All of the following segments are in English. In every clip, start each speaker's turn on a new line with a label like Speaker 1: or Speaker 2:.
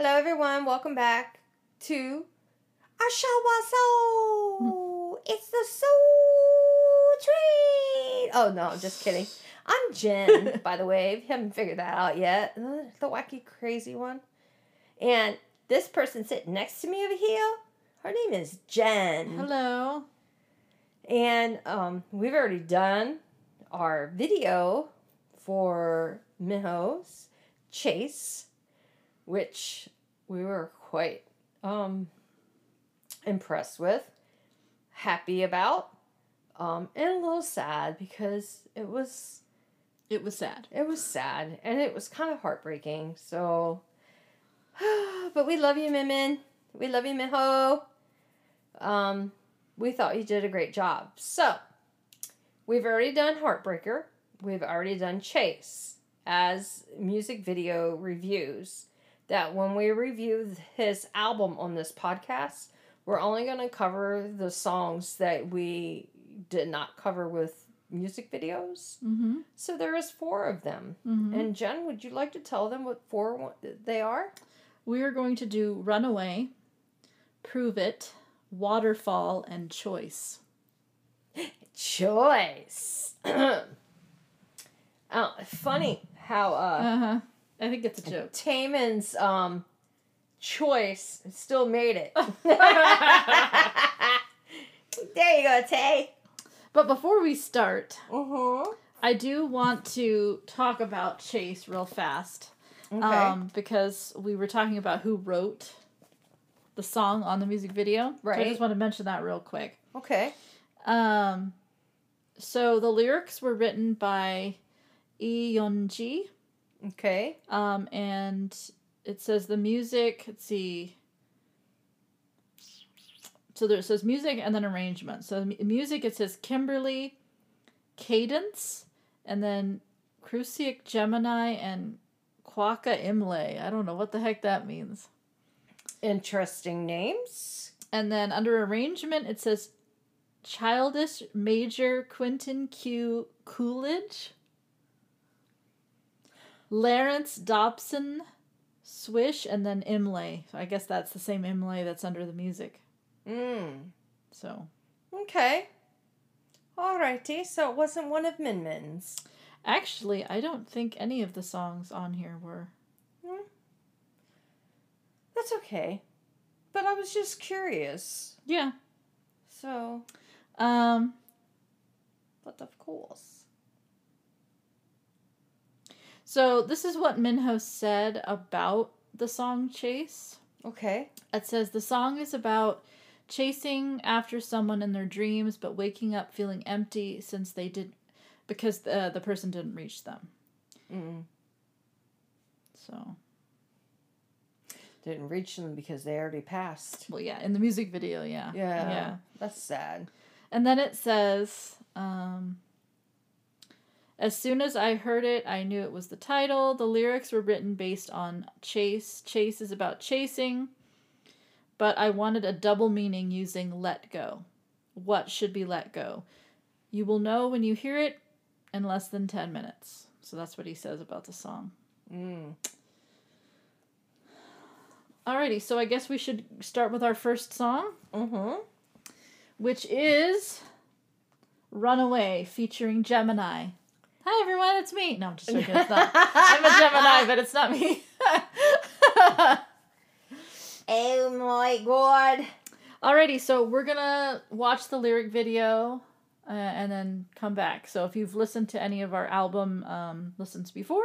Speaker 1: everyone, welcome back to Ashawa Soul. It's the Soul Train. Oh no, I'm just kidding. I'm Jen, by the way. If you haven't figured that out yet, the wacky, crazy one. And this person sitting next to me over here, her name is Jen.
Speaker 2: Mm-hmm. Hello.
Speaker 1: And um, we've already done our video for Miho's Chase, which we were quite um, impressed with, happy about, um, and a little sad because it was
Speaker 2: It was sad.
Speaker 1: it was sad and it was kind of heartbreaking. So, but we love you, Mimin. We love you, Miho. Um, we thought you did a great job. So, we've already done Heartbreaker. We've already done Chase as music video reviews. That when we review his album on this podcast, we're only going to cover the songs that we did not cover with music videos.
Speaker 2: Mm-hmm.
Speaker 1: So there is four of them.
Speaker 2: Mm-hmm.
Speaker 1: And Jen, would you like to tell them what four wa- they are?
Speaker 2: we are going to do Runaway, Prove It, Waterfall, and Choice.
Speaker 1: Choice. oh, funny how uh,
Speaker 2: Uh huh. I think it's a joke.
Speaker 1: Taman's um, choice still made it. there you go, Tay.
Speaker 2: But before we start,
Speaker 1: Mm-hmm.
Speaker 2: I do want to talk about Chase real fast.
Speaker 1: Okay.
Speaker 2: Um, because we were talking about who wrote the song on the music video. So I
Speaker 1: Right.
Speaker 2: just want to mention that real quick.
Speaker 1: okay.
Speaker 2: Um, so the lyrics were written by Lee Yeonji,
Speaker 1: Okay.
Speaker 2: um, and it says the music. Let's see. So there it says music and then arrangement. So mu- music it says Kimberly, Cadence, and then Cruciate Gemini and Quaka Imlay. I don't know what the heck that means.
Speaker 1: Interesting names.
Speaker 2: And then under arrangement, it says Childish Major Quentin Q. Coolidge, Lawrence Dobson Swish, and then Imlay. So I guess that's the same Imlay that's under the music.
Speaker 1: Mm.
Speaker 2: So
Speaker 1: Okay. Alrighty. So it wasn't one of Min Min's.
Speaker 2: actually, I don't think any of the songs on here were.
Speaker 1: That's okay. But I was just curious.
Speaker 2: Yeah.
Speaker 1: So,
Speaker 2: Um,
Speaker 1: but of course.
Speaker 2: so this is what Minho said about the song Chase.
Speaker 1: Okay.
Speaker 2: It says the song is about chasing after someone in their dreams, but waking up feeling empty since they did, because uh, the the person didn't reach them.
Speaker 1: Mm.
Speaker 2: So
Speaker 1: Didn't reach them because they already passed.
Speaker 2: well, yeah, in the music video, yeah,
Speaker 1: Yeah.
Speaker 2: yeah.
Speaker 1: That's sad.
Speaker 2: And then it says, um, as soon as I heard it, I knew it was the title. The lyrics were written based on chase. Chase is about chasing, but I wanted a double meaning using let go. What should be let go? You will know when you hear it in less than 10 minutes. So that's what he says about the song.
Speaker 1: Mm.
Speaker 2: Alrighty, so I guess we should start with our first song,
Speaker 1: Mm-hmm.
Speaker 2: which is Runaway featuring Gemini. Hi everyone, it's me. No, I'm just joking, it's not. I'm a Gemini, but it's not me.
Speaker 1: Oh my god.
Speaker 2: Alrighty, so we're gonna watch the lyric video uh, and then come back. So if you've listened to any of our album um, listens before,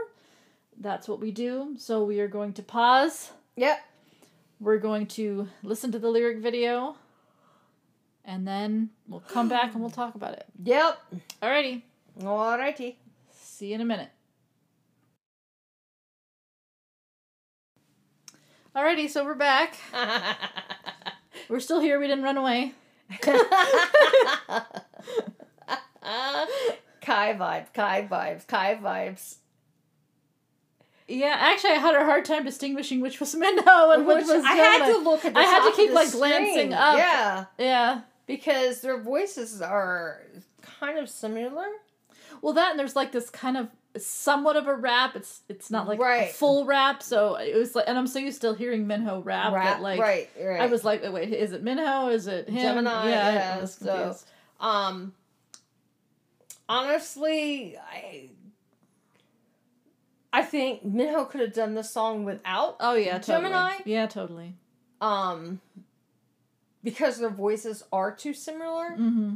Speaker 2: that's what we do. So we are going to pause.
Speaker 1: Yep.
Speaker 2: We're going to listen to the lyric video, and then we'll come back and we'll talk about it.
Speaker 1: Yep.
Speaker 2: Alrighty,
Speaker 1: Alrighty.
Speaker 2: see you in a minute. Alrighty, so we're back. We're still here. We didn't run away.
Speaker 1: Kai vibes, Kai vibes, Kai vibes.
Speaker 2: Yeah, actually, I had a hard time distinguishing which was Minho and which, was
Speaker 1: I had to
Speaker 2: Gemini.
Speaker 1: look at
Speaker 2: I
Speaker 1: the
Speaker 2: had to
Speaker 1: top of
Speaker 2: keep,
Speaker 1: the
Speaker 2: like, glancing
Speaker 1: screen.
Speaker 2: up.
Speaker 1: Yeah.
Speaker 2: Yeah.
Speaker 1: Because their voices are kind of similar.
Speaker 2: Well, that and there's like this kind of somewhat of a rap. It's it's not like a
Speaker 1: Right.
Speaker 2: full rap. So it was like, and I'm so used to hearing Minho rap, that like
Speaker 1: right, right.
Speaker 2: I was like, wait, is it Minho? Is it him?
Speaker 1: Gemini,
Speaker 2: I- I
Speaker 1: yeah,
Speaker 2: was
Speaker 1: so-
Speaker 2: confused.
Speaker 1: Um, honestly, I I think Minho could have done this song without,
Speaker 2: oh yeah, totally.
Speaker 1: Gemini?
Speaker 2: Yeah, totally.
Speaker 1: um, because their voices are too similar.
Speaker 2: Mm-hmm.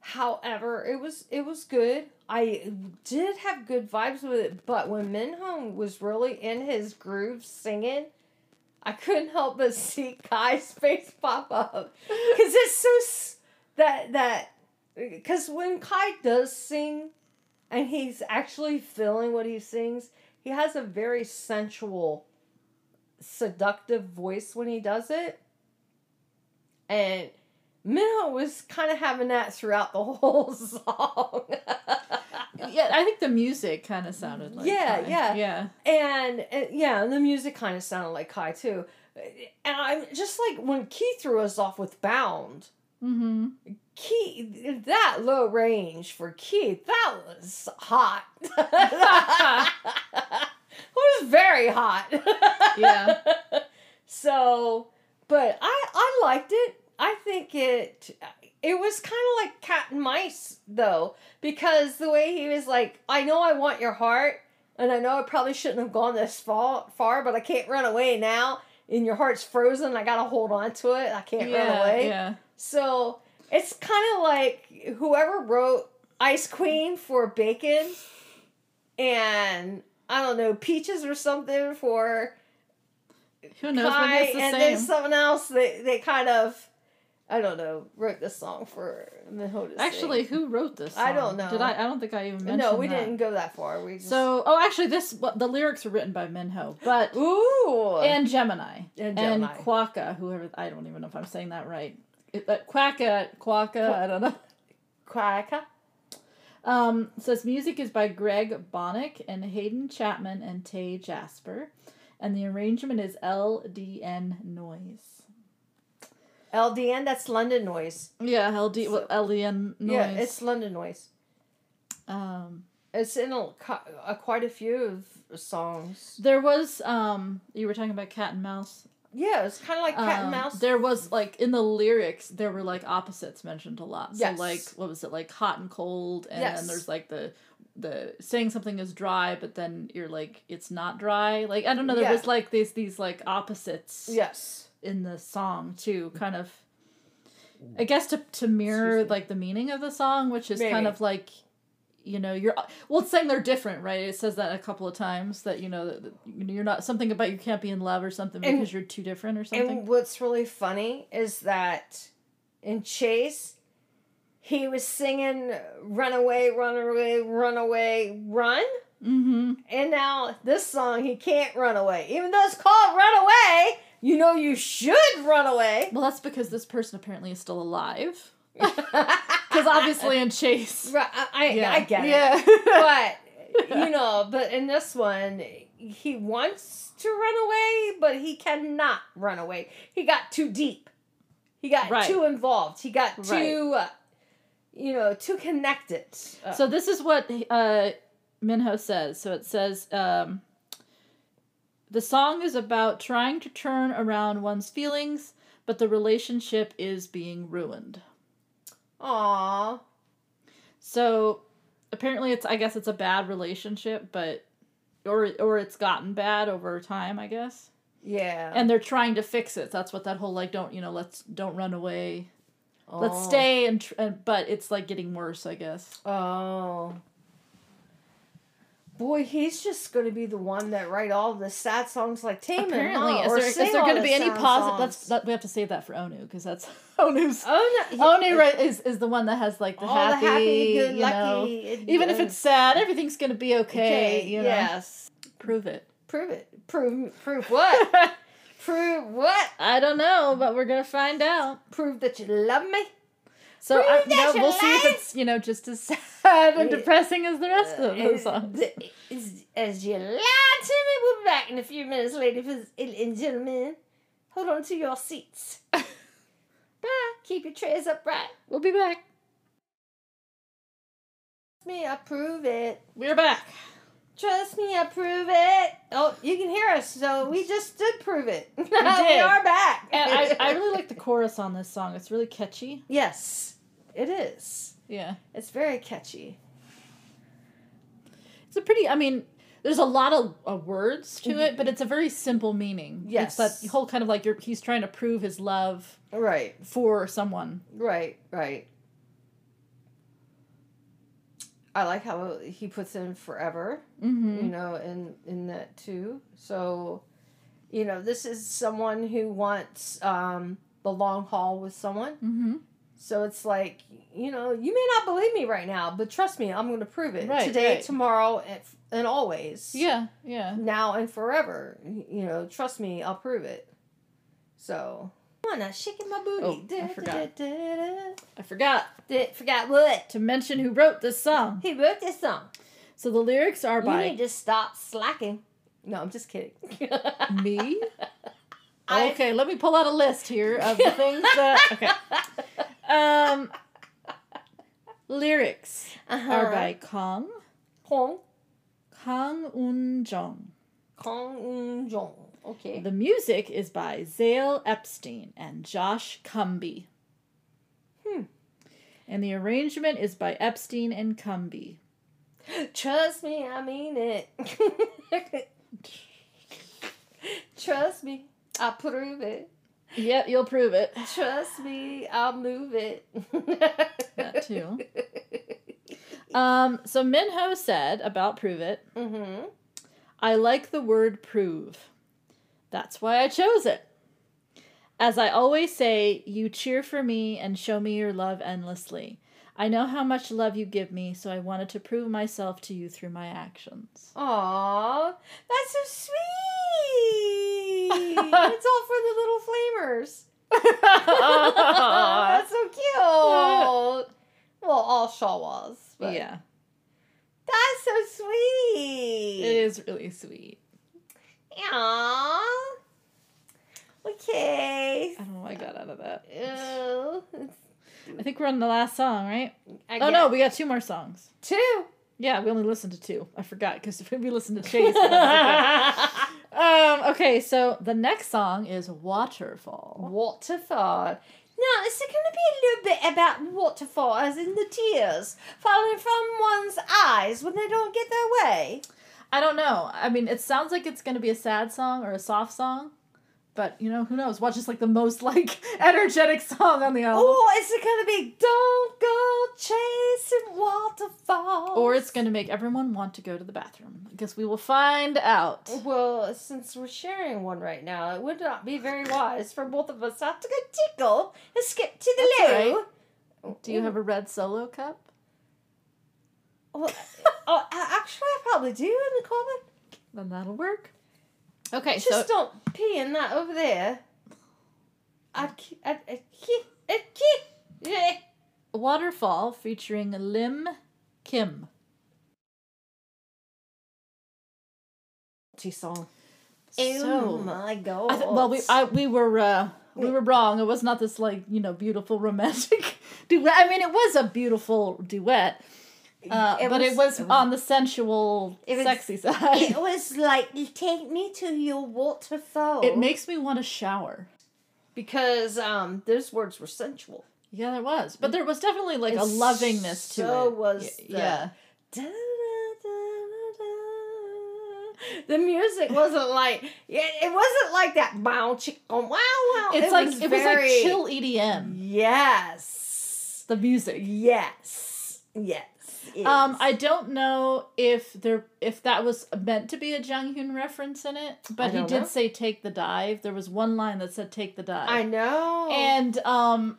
Speaker 1: However, it was it was good. I did have good vibes with it, but when Minho was really in his groove singing. I couldn't help but see Kai's face pop up because it's so s- that that because when Kai does sing, and he's actually feeling what he sings, he has a very sensual, seductive voice when he does it, and Minho was kind of having that throughout the whole song.
Speaker 2: Yeah, I think the music kind of sounded like
Speaker 1: Yeah,
Speaker 2: Kai.
Speaker 1: yeah.
Speaker 2: yeah.
Speaker 1: And, uh, yeah, and the music kind of sounded like Kai too. And I'm just like when Key threw us off with Bound.
Speaker 2: Mm-hmm.
Speaker 1: Key that low range for Key that was hot. it was very hot.
Speaker 2: Yeah.
Speaker 1: So, but I I liked it. I think it it was kind of like cat and mice though because the way he was like, I know I want your heart, and I know I probably shouldn't have gone this far, far, but I can't run away now. And your heart's frozen. I gotta hold on to it. I can't run
Speaker 2: yeah,
Speaker 1: away.
Speaker 2: yeah.
Speaker 1: So it's kind of like whoever wrote Ice Queen for Bacon and I don't know, Peaches or something for
Speaker 2: Who knows?
Speaker 1: Kai,
Speaker 2: Maybe it's the
Speaker 1: and
Speaker 2: same.
Speaker 1: then someone else, they, they kind of, I don't know, wrote this song for Minho to sing.
Speaker 2: Actually, who wrote this?
Speaker 1: I don't
Speaker 2: song?
Speaker 1: know.
Speaker 2: Did I? I don't think I even mentioned.
Speaker 1: no, we
Speaker 2: that.
Speaker 1: didn't go that far. We just,
Speaker 2: So, oh, actually, this well, the lyrics were written by Minho, but
Speaker 1: ooh,
Speaker 2: and Gemini
Speaker 1: And
Speaker 2: and
Speaker 1: Gemini.
Speaker 2: Quaka, whoever I don't even know if I'm saying that right. It- But Quaka, Quaka, I don't know.
Speaker 1: Quacka.
Speaker 2: Um, says music is by Greg Bonnick and Hayden Chapman and Tay Jasper, and the arrangement is LDN Noise.
Speaker 1: LDN, that's London noise.
Speaker 2: Yeah, LD, well, LDN E Noise.
Speaker 1: Yeah, it's London noise.
Speaker 2: um,
Speaker 1: It's in a, a, quite a few of songs.
Speaker 2: there was um, you were talking about cat and mouse.
Speaker 1: Yeah, it's kind of like cat
Speaker 2: Um,
Speaker 1: and mouse.
Speaker 2: There was like in the lyrics, there were like opposites mentioned a lot. So
Speaker 1: Yes.
Speaker 2: like what was it like hot and cold, and
Speaker 1: Yes.
Speaker 2: then there's like the the saying something is dry, but then you're like it's not dry. Like I don't know. There
Speaker 1: Yeah.
Speaker 2: was like these these like opposites
Speaker 1: Yes.
Speaker 2: in the song too, kind of. I guess to to mirror
Speaker 1: Mm. Excuse me.
Speaker 2: like the meaning of the song, which is kind
Speaker 1: Maybe.
Speaker 2: of like. You know, you're well. It's saying they're different, right? It says that a couple of times that you know that, that you're not something about you can't be in love or something
Speaker 1: And-
Speaker 2: because you're too different or something.
Speaker 1: And what's really funny is that in Chase, he was singing Run Away, Run Away, Run Away, Run.
Speaker 2: Mm-hmm.
Speaker 1: And now this song, he can't run away. Even though it's called Run Away, you know you should run away.
Speaker 2: Well, that's because this person apparently is still alive.
Speaker 1: Because
Speaker 2: Because obviously in Chase.
Speaker 1: Right, I, I, I get it.
Speaker 2: yeah.
Speaker 1: but you know, but in this one, he wants to run away, but he cannot run away. He got too deep. He got
Speaker 2: Right.
Speaker 1: too involved. He got too, uh, you know, too connected. Uh,
Speaker 2: so this is what uh, Minho says. So it says um, the song is about trying to turn around one's feelings, but the relationship is being ruined.
Speaker 1: aw,
Speaker 2: So apparently, it's I guess it's a bad relationship, but or or it's gotten bad over time, I guess.
Speaker 1: yeah.
Speaker 2: And they're trying to fix it. That's what that whole like don't you know let's don't run away Let's
Speaker 1: Aw.
Speaker 2: stay and, tr- and but it's like getting worse, I guess.
Speaker 1: Oh. Boy, he's just going to be the one that write all the sad songs like Tame
Speaker 2: Apparently,
Speaker 1: and
Speaker 2: is
Speaker 1: Hum,
Speaker 2: there, is
Speaker 1: sing
Speaker 2: there
Speaker 1: all
Speaker 2: going to
Speaker 1: the
Speaker 2: be any
Speaker 1: sad
Speaker 2: positive? Let's
Speaker 1: songs.
Speaker 2: let, we have to save that for Onu because that's Onu's.
Speaker 1: Oh, no, he-
Speaker 2: Onu right, is is the one that has like the
Speaker 1: all
Speaker 2: happy,
Speaker 1: the happy, good,
Speaker 2: you know,
Speaker 1: lucky. it-
Speaker 2: Even if
Speaker 1: uh,
Speaker 2: it's sad, everything's going to be okay. you know?
Speaker 1: Yes.
Speaker 2: prove it.
Speaker 1: Prove it. Prove prove what? prove what?
Speaker 2: I don't know, but we're gonna find out.
Speaker 1: Prove that you love me.
Speaker 2: So I,
Speaker 1: Prove
Speaker 2: you know,
Speaker 1: that you
Speaker 2: we'll see if
Speaker 1: lied.
Speaker 2: it's you know just as sad and
Speaker 1: Yeah.
Speaker 2: depressing as the rest of the
Speaker 1: As-
Speaker 2: songs.
Speaker 1: th- As, as you lied to me, we'll be back in a few minutes, ladies and- and gentlemen. Hold on to your seats. Bye. Keep your trays upright.
Speaker 2: We'll be back.
Speaker 1: Me, I prove it.
Speaker 2: We're back.
Speaker 1: Trust me, I prove it. Oh, you can hear us. So we just did prove it. We,
Speaker 2: did.
Speaker 1: are back.
Speaker 2: And I, I really like the chorus on this song. It's really catchy.
Speaker 1: Yes, it is.
Speaker 2: Yeah.
Speaker 1: It's very catchy.
Speaker 2: It's a pretty, I mean, there's a lot of uh, words to it, but it's a very simple meaning. It's
Speaker 1: Mm-hmm. Yes.
Speaker 2: that whole kind of like you're, he's trying to prove his love
Speaker 1: Right,
Speaker 2: for someone.
Speaker 1: right, right. I like how he puts in forever.
Speaker 2: Mm-hmm.
Speaker 1: you know in in that too so you know this is someone who wants um the long haul with someone
Speaker 2: Mm-hmm.
Speaker 1: so it's like you know you may not believe me right now but trust me i'm gonna prove it
Speaker 2: Right,
Speaker 1: today
Speaker 2: right.
Speaker 1: tomorrow and, and always
Speaker 2: Yeah, yeah.
Speaker 1: now and forever you know trust me i'll prove it so come on now shaking my booty
Speaker 2: Oh, I
Speaker 1: Da-
Speaker 2: forgot.
Speaker 1: da- da- da-
Speaker 2: I forgot
Speaker 1: da. Da- forgot what
Speaker 2: to mention who wrote this song.
Speaker 1: he wrote this song
Speaker 2: So the lyrics are
Speaker 1: you
Speaker 2: by
Speaker 1: need to stop slacking no i'm just kidding
Speaker 2: me.
Speaker 1: I-
Speaker 2: okay, let me pull out a list here of the things that. Okay. Um, lyrics
Speaker 1: Uh-huh.
Speaker 2: are by Kong
Speaker 1: Kong
Speaker 2: Kang Un Jong.
Speaker 1: Kong Eun Jong. Okay.
Speaker 2: The music is by Zale Epstein and Josh Cumby.
Speaker 1: Hmm.
Speaker 2: And the arrangement is by Epstein and Cumby.
Speaker 1: Trust me, I mean it. Trust me, I prove it.
Speaker 2: Yep, you'll prove it.
Speaker 1: Trust me, I'll move it.
Speaker 2: That too. Um, so Minho said about Prove It,
Speaker 1: Mm-hmm.
Speaker 2: I like the word prove. That's why I chose it. As I always say, you cheer for me and show me your love endlessly. I know how much love you give me, so I wanted to prove myself to you through my actions.
Speaker 1: Aww, that's so sweet. it's all for the little flamers. that's so cute. Well, all Shawas. But
Speaker 2: yeah,
Speaker 1: That's so sweet.
Speaker 2: it is really sweet.
Speaker 1: Aww. Okay.
Speaker 2: I don't know why I got out of that.
Speaker 1: Ew.
Speaker 2: I think we're on the last song, right?
Speaker 1: I
Speaker 2: oh
Speaker 1: get
Speaker 2: no, we got two more songs.
Speaker 1: two.
Speaker 2: Yeah, we only listened to two. I forgot because we listened to Chase. but that's okay. um, okay, so the next song is Waterfall.
Speaker 1: Waterfall. Now, is it going to be a little bit about waterfall, as in the tears falling from one's eyes when they don't get their way?
Speaker 2: I don't know. I mean, it sounds like it's gonna be a sad song or a soft song, but you know who knows? Watch just like the most like energetic song on the album,
Speaker 1: Or is it going to be don't go chasing waterfalls?
Speaker 2: or it's gonna make everyone want to go to the bathroom. I guess we will find out.
Speaker 1: Well, since we're sharing one right now, it would not be very wise for both of us not to go tickle and skip to the
Speaker 2: That's
Speaker 1: loo.
Speaker 2: Do you have a red solo cup?
Speaker 1: Well, oh, a- actually, I probably do in the cupboard.
Speaker 2: Then that'll work. Okay, so
Speaker 1: Just don't pee in that over there. I ke- I I ke- I ke- yeah.
Speaker 2: Waterfall featuring Lim Kim.
Speaker 1: Tea song.
Speaker 2: So-
Speaker 1: oh my god.
Speaker 2: I th- well, we I, we were uh, we were wrong. It was not this like you know beautiful romantic duet. I mean, it was a beautiful duet, uh,
Speaker 1: It
Speaker 2: but it was uh,
Speaker 1: was-
Speaker 2: on the sensual,
Speaker 1: It was-
Speaker 2: sexy
Speaker 1: it
Speaker 2: side.
Speaker 1: was like you take me to your waterfall.
Speaker 2: It makes me want to shower.
Speaker 1: because um those words were sensual.
Speaker 2: Yeah, there was, but there was definitely like a
Speaker 1: And
Speaker 2: lovingness to
Speaker 1: so
Speaker 2: it.
Speaker 1: was
Speaker 2: Y-
Speaker 1: the-
Speaker 2: yeah.
Speaker 1: The music wasn't like yeah, it wasn't like that bow chick wow wow.
Speaker 2: It's like it was
Speaker 1: very-
Speaker 2: like chill EDM.
Speaker 1: Yes.
Speaker 2: The music.
Speaker 1: Yes. Yes. Yes.
Speaker 2: Um, I don't know if there if that was meant to be a Jung Hyun reference in it, but he
Speaker 1: don't
Speaker 2: did
Speaker 1: know.
Speaker 2: say take the dive. There was one line that said take the dive.
Speaker 1: I know.
Speaker 2: And um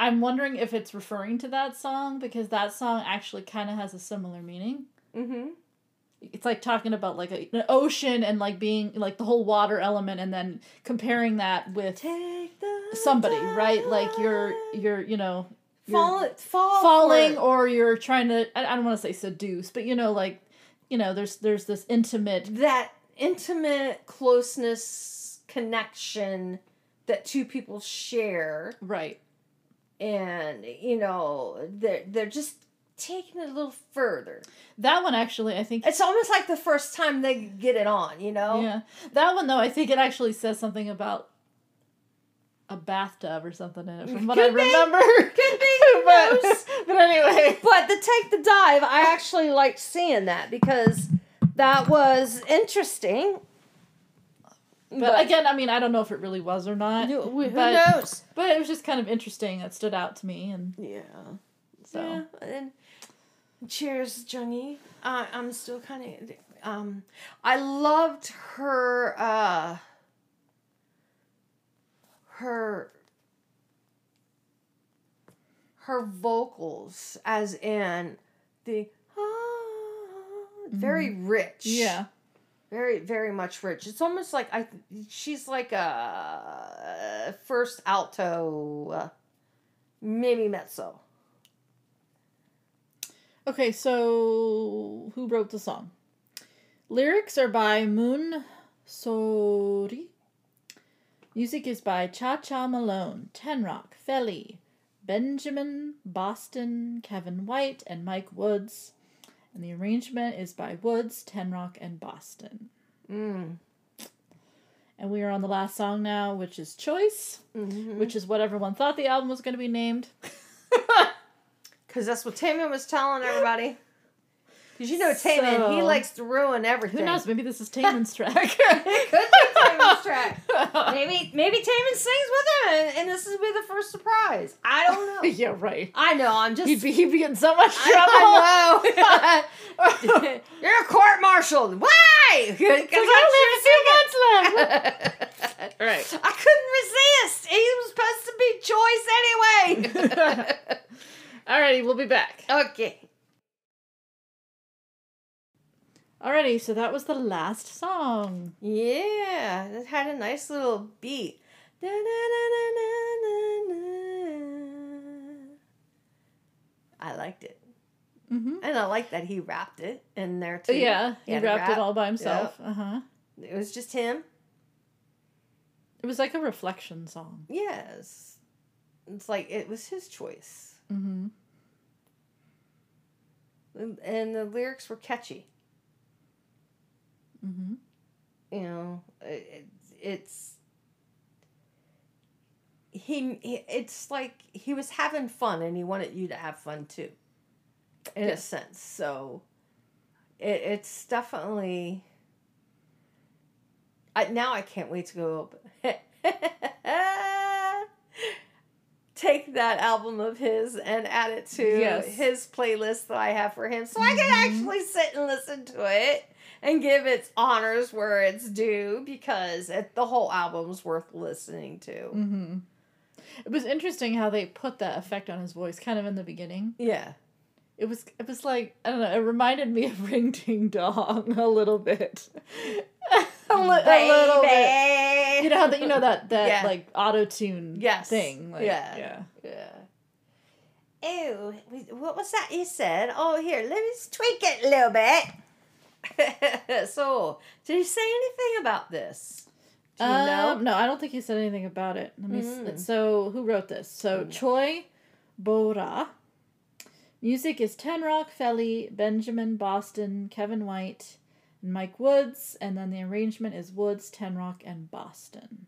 Speaker 2: I'm wondering if it's referring to that song because that song actually kind of has a similar meaning.
Speaker 1: hmm
Speaker 2: It's like talking about like a, an ocean and like being like the whole water element and then comparing that with
Speaker 1: Take the
Speaker 2: somebody, right? Like you're
Speaker 1: dive.
Speaker 2: you're, you know, you're
Speaker 1: fall, fall
Speaker 2: falling
Speaker 1: for
Speaker 2: or you're trying to I, I don't want to say seduce, but you know like you know there's there's this intimate
Speaker 1: that intimate closeness connection that two people share
Speaker 2: right.
Speaker 1: and you know they're they're just taken it a little further.
Speaker 2: That one actually, I think.
Speaker 1: It's almost like the first time they get it on, you know?
Speaker 2: Yeah, that one though, I think it actually says something about a bathtub or something in it, from what
Speaker 1: Could
Speaker 2: I
Speaker 1: be.
Speaker 2: remember.
Speaker 1: Could be, who knows?
Speaker 2: but, but anyway,
Speaker 1: But the take the dive, I actually liked seeing that because that was interesting.
Speaker 2: but, again, I mean, I don't know if it really was or not.
Speaker 1: who who
Speaker 2: but,
Speaker 1: knows?
Speaker 2: But it was just kind of interesting. That stood out to me, and
Speaker 1: Yeah.
Speaker 2: so
Speaker 1: Yeah, and cheers, Jungie. I I'm still kind of. Um, I loved her. Uh, her. Her vocals, as in the ah, very rich.
Speaker 2: Mm-hmm. yeah,
Speaker 1: Very, very much rich. It's almost like I. She's like a first alto, uh, maybe mezzo.
Speaker 2: Okay, so who wrote the song? Lyrics are by Moon Sori. Music is by Cha Cha Malone, Tenrock, Feli, Benjamin Boston, Kevin White, and Mike Woods. And the arrangement is by Woods, Tenrock, and Boston.
Speaker 1: Mm.
Speaker 2: And we are on the last song now, which is Choice,
Speaker 1: Mm-hmm.
Speaker 2: which is what everyone thought the album was going to be named.
Speaker 1: Because that's what Taman was telling everybody. Because you know Taman, he
Speaker 2: So-
Speaker 1: likes to ruin everything.
Speaker 2: Who knows? Maybe this is Taman's track.
Speaker 1: Could be Taman's track. Maybe maybe Taman sings with him, and, and this will be the first surprise. I don't know.
Speaker 2: yeah, right.
Speaker 1: I know. I'm just.
Speaker 2: He'd be, he'd be in so much trouble.
Speaker 1: I know. You're court martialed. Why? Because
Speaker 2: I don't have two months left.
Speaker 1: I
Speaker 2: right.
Speaker 1: couldn't resist. He was supposed to be choice anyway.
Speaker 2: Alrighty, we'll be back.
Speaker 1: okay.
Speaker 2: Alrighty, so that was the last song.
Speaker 1: Yeah, it had a nice little beat. Da, da, da, da, da, da, da. I liked it.
Speaker 2: Mm-hmm.
Speaker 1: And I liked that he rapped it in there too.
Speaker 2: Yeah, he
Speaker 1: had a
Speaker 2: wrapped
Speaker 1: rap.
Speaker 2: it all by himself. Uh huh.
Speaker 1: It was just him.
Speaker 2: It was like a reflection song.
Speaker 1: Yes. It's like it was his choice.
Speaker 2: Mm-hmm.
Speaker 1: And- And the lyrics were catchy.
Speaker 2: Mm-hmm.
Speaker 1: You know, it, it's he, he it's like he was having fun and he wanted you to have fun too in
Speaker 2: Yeah.
Speaker 1: a sense so it, it's definitely I, now i can't wait to go up take that album of his and add it to
Speaker 2: Yes.
Speaker 1: his playlist that i have for him so i
Speaker 2: Mhm.
Speaker 1: can actually sit and listen to it and give its honors where it's due because it, the whole album's worth listening to
Speaker 2: Mm-hmm. It was interesting how they put that effect on his voice, kind of in the beginning.
Speaker 1: yeah
Speaker 2: It was, it was like I don't know. It reminded me of Ring Ding Dong a little bit. a, li- a little bit.
Speaker 1: Baby.
Speaker 2: You know how that you know that that
Speaker 1: Yeah.
Speaker 2: like auto tune
Speaker 1: Yes.
Speaker 2: thing. Like,
Speaker 1: Yeah.
Speaker 2: yeah.
Speaker 1: Yeah. Ew, we- what was that you said? Oh, here, let me just tweak it a little bit. so, did he say anything about this? Do you
Speaker 2: Um,
Speaker 1: know?
Speaker 2: no, I don't think he said anything about it. Let me. s-
Speaker 1: Mm.
Speaker 2: so who wrote this? So
Speaker 1: Mm.
Speaker 2: Choi Bora. Music is Tenrock Felly, Benjamin Boston, Kevin White, and Mike Woods, and then the arrangement is Woods, Tenrock, and Boston.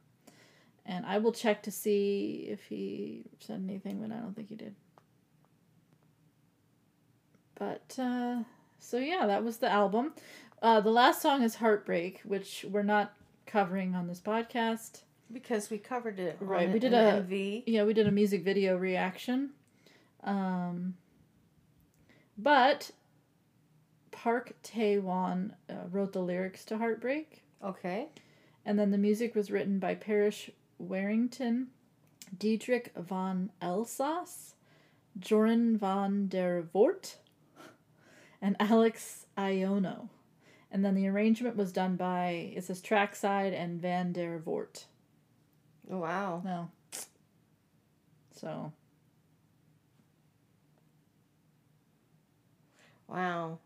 Speaker 2: And I will check to see if he said anything, but I don't think he did. But uh, so yeah, that was the album. Uh, the last song is Heartbreak, which we're not covering on this podcast.
Speaker 1: Because we covered it. on
Speaker 2: Right, we
Speaker 1: an-
Speaker 2: did
Speaker 1: an
Speaker 2: a-
Speaker 1: MV.
Speaker 2: Yeah, we did a music video reaction. Um, but Park Taewon uh, wrote the lyrics to Heartbreak,
Speaker 1: Okay.
Speaker 2: and then the music was written by Parrish Warrington, Diedrich von Elsass, Joran von der Voort, and Alex Iono. And then the arrangement was done by, it says Trackside and Van der Voort.
Speaker 1: Wow.
Speaker 2: No. So.
Speaker 1: Wow.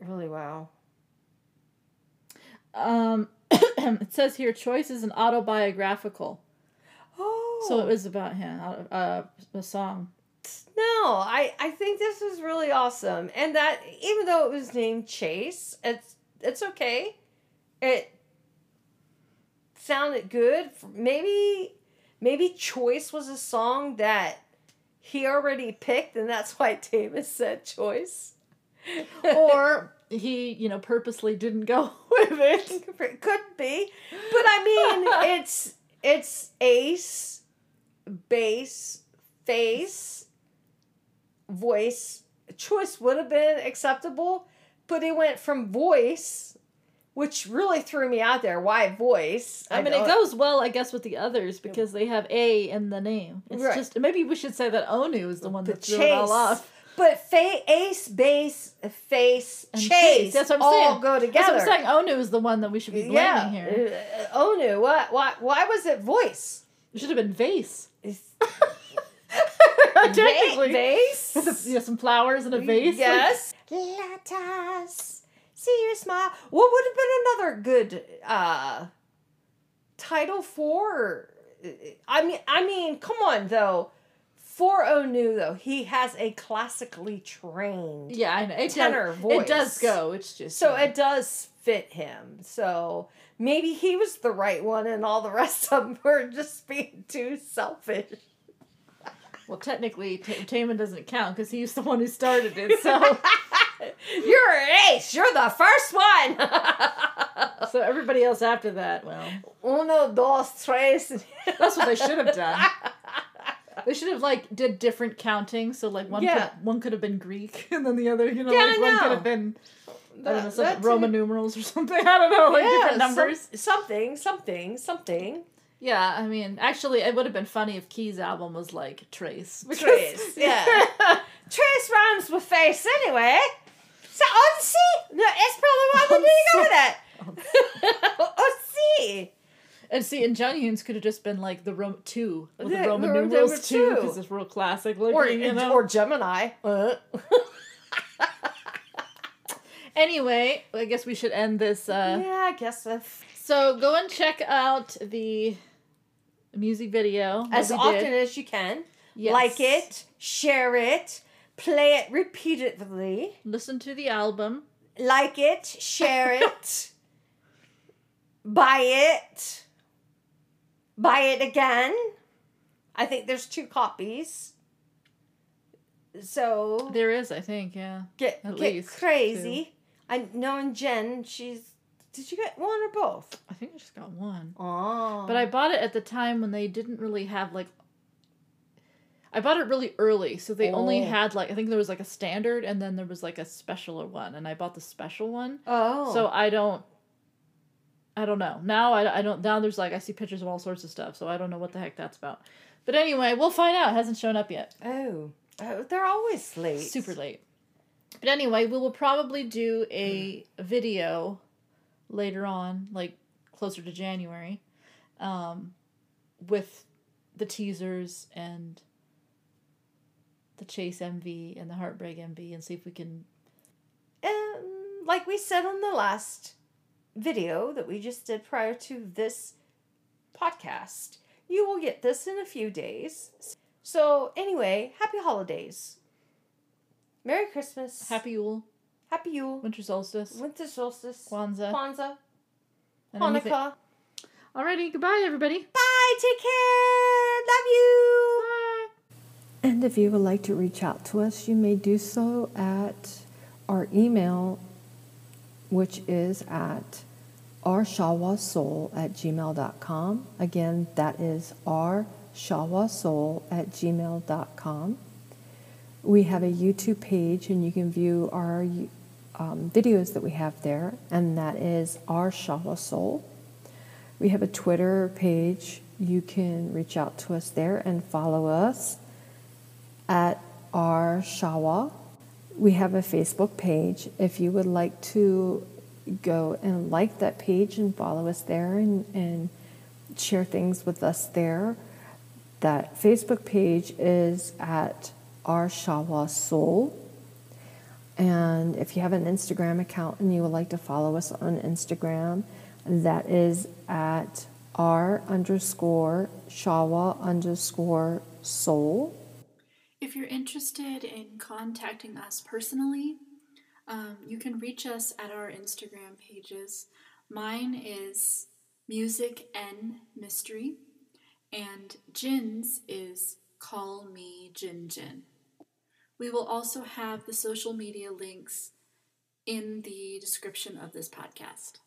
Speaker 1: Really wow.
Speaker 2: Um, it says here, "Choice" is an autobiographical,
Speaker 1: Oh.
Speaker 2: so it was about him. Uh, uh, a song.
Speaker 1: No, I, I think this was really awesome. And that even though it was named Chase, it's it's okay. It sounded good. Maybe maybe Choice was a song that he already picked and that's why Davis said Choice.
Speaker 2: or he, you know, purposely didn't go with it.
Speaker 1: Could be. But I mean, it's it's ace, bass, face, voice. Choice would have been acceptable, but he went from voice, which really threw me out there. Why voice?
Speaker 2: I, mean,
Speaker 1: don't-
Speaker 2: it goes well, I guess, with the others because they have A in the name. It's
Speaker 1: Right.
Speaker 2: just maybe we should say that Onu is the one
Speaker 1: But
Speaker 2: that threw it all off.
Speaker 1: But fa- ace, bass, face,
Speaker 2: And
Speaker 1: chase,
Speaker 2: Chase, that's what I'm
Speaker 1: all
Speaker 2: saying.
Speaker 1: go
Speaker 2: That's
Speaker 1: together.
Speaker 2: what I'm saying. Onu is the one that we should be blaming
Speaker 1: yeah.
Speaker 2: here.
Speaker 1: Uh, Onu, why, why, why was it voice?
Speaker 2: It should have been vase.
Speaker 1: Va-
Speaker 2: Technically.
Speaker 1: vase?
Speaker 2: With a- yeah, some flowers and a vase.
Speaker 1: Yes. Let us see your smile. What would have been another good uh title for? I mean, I mean, come on though. For Onu though, he has a classically trained,
Speaker 2: Yeah, I know. It
Speaker 1: Tenor
Speaker 2: does,
Speaker 1: voice.
Speaker 2: It does go. It's just
Speaker 1: so
Speaker 2: yeah.
Speaker 1: it does fit him. So maybe he was the right one, and all the rest of them were just being too selfish.
Speaker 2: well, technically, Ta Taman doesn't count because he's the one who started it. So,
Speaker 1: You're an ace. You're the first one.
Speaker 2: so everybody else after that, well,
Speaker 1: Uno, dos, tres.
Speaker 2: that's what they should have done. They should have like did different counting. So like one
Speaker 1: Yeah.
Speaker 2: could, one could have been Greek, and then the other, you know,
Speaker 1: Yeah,
Speaker 2: like
Speaker 1: I
Speaker 2: one could
Speaker 1: know.
Speaker 2: have been I don't know,
Speaker 1: That-
Speaker 2: some
Speaker 1: that's
Speaker 2: Roman
Speaker 1: it.
Speaker 2: numerals or something. I don't know, like different
Speaker 1: Yeah, some-
Speaker 2: numbers.
Speaker 1: something, something, something.
Speaker 2: yeah, I mean, actually, it would have been funny if Key's album was like Trace. because-
Speaker 1: Trace, yeah. Trace rhymes with face anyway. So Odyssey? No, it's probably why they didn't go with that. Odyssey.
Speaker 2: And see, and Johnny Humes could have just been like the Rom two with the
Speaker 1: Yeah,
Speaker 2: Roman
Speaker 1: Roman
Speaker 2: numerals
Speaker 1: number
Speaker 2: two
Speaker 1: two.
Speaker 2: because it's real classic looking.
Speaker 1: Or, uh,
Speaker 2: you know?
Speaker 1: or Gemini. Uh.
Speaker 2: anyway, I guess we should end this. Uh,
Speaker 1: yeah, I guess if,
Speaker 2: So go and check out the music video that
Speaker 1: as
Speaker 2: we did.
Speaker 1: often as you can.
Speaker 2: Yes.
Speaker 1: Like it, share it, play it repeatedly.
Speaker 2: Listen to the album.
Speaker 1: like it, share it, buy it, buy it again. I think there's two copies. So
Speaker 2: There is, I think, yeah.
Speaker 1: get
Speaker 2: at
Speaker 1: get
Speaker 2: least
Speaker 1: crazy. I know in Jen, she's did you get one or both?
Speaker 2: I think I just got one.
Speaker 1: Oh.
Speaker 2: But I bought it at the time when they didn't really have like. I bought it really early, so they only
Speaker 1: Oh.
Speaker 2: had like I think there was like a standard, and then there was like a special one, and I bought the special one.
Speaker 1: Oh.
Speaker 2: So I don't. I don't know. Now I, I don't. Now there's like I see pictures of all sorts of stuff, so I don't know what the heck that's about. But anyway, we'll find out. It hasn't shown up yet.
Speaker 1: Oh. Oh, they're always late.
Speaker 2: Super late. But anyway, we will probably do a video later on, like closer to January, um, with the teasers and the Chase MV and the Heartbreak MV, and see if we can.
Speaker 1: um, like we said on the last video that we just did prior to this podcast, you will get this in a few days. So, anyway, happy holidays. Merry Christmas.
Speaker 2: Happy Yule,
Speaker 1: Happy Yule.
Speaker 2: Winter Solstice,
Speaker 1: Winter solstice.
Speaker 2: Kwanzaa,
Speaker 1: Kwanzaa.
Speaker 2: and everything.
Speaker 1: Hanukkah.
Speaker 2: Alrighty, goodbye, everybody.
Speaker 1: Bye. Take care. Love you.
Speaker 3: And if you would like to reach out to us, you may do so at our email, which is at rshawasoul at gmail.com. Again, that is rshawasoul at gmail.com. We have a YouTube page, and you can view our um, videos that we have there, and that is our Shawa Soul. We have a Twitter page. You can reach out to us there and follow us at our Shawa. We have a Facebook page. If you would like to go and like that page and follow us there and, and share things with us there, that Facebook page is at our Shawa Soul. And if you have an Instagram account and you would like to follow us on Instagram, that is at r underscore shawa underscore soul.
Speaker 4: If you're interested in contacting us personally, um, you can reach us at our Instagram pages. Mine is Music N Mystery, and Jin's is Call Me Jin Jin. We will also have the social media links in the description of this podcast.